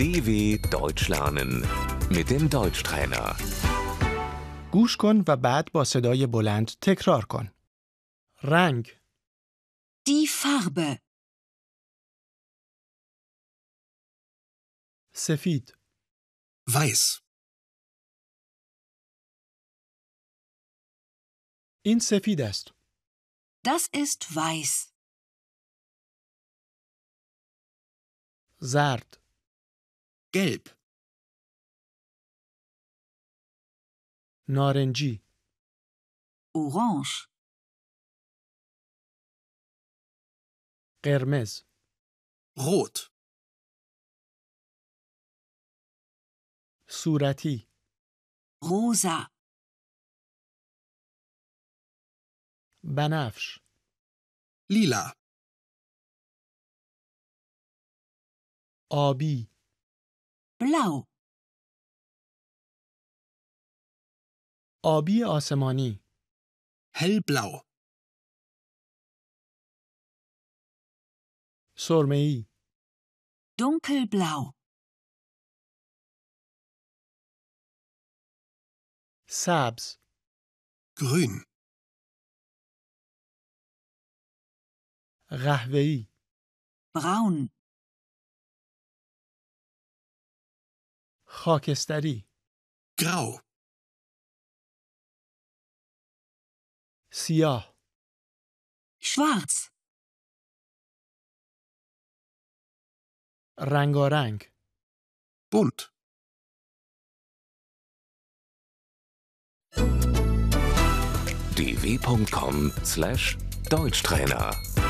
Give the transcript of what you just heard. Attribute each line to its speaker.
Speaker 1: DW Deutsch lernen mit dem Deutschtrainer.
Speaker 2: گوش کن و بعد با صدای بلند تکرار کن. رنگ،
Speaker 3: Die Farbe.
Speaker 2: سفید،
Speaker 4: Weiß.
Speaker 2: این سفید است.
Speaker 3: Das ist weiß.
Speaker 2: زرد،
Speaker 4: Gelb.
Speaker 2: نارنجی،
Speaker 3: Orange.
Speaker 2: قرمز،
Speaker 4: Rot.
Speaker 2: صورتی،
Speaker 3: Rosa.
Speaker 2: بنفش،
Speaker 4: Lila.
Speaker 2: آبی،
Speaker 3: Blau.
Speaker 2: آبی آسمانی،
Speaker 4: Hellblau.
Speaker 2: سرمه‌ای،
Speaker 3: Dunkelblau.
Speaker 2: سبز،
Speaker 4: Grün.
Speaker 2: قهوه‌ای،
Speaker 3: Braun.
Speaker 2: خاکستری،
Speaker 4: Grau.
Speaker 2: سیاه،
Speaker 3: Schwarz.
Speaker 2: رنگارنگ،
Speaker 4: Bunt.
Speaker 1: dw.com/deutschtrainer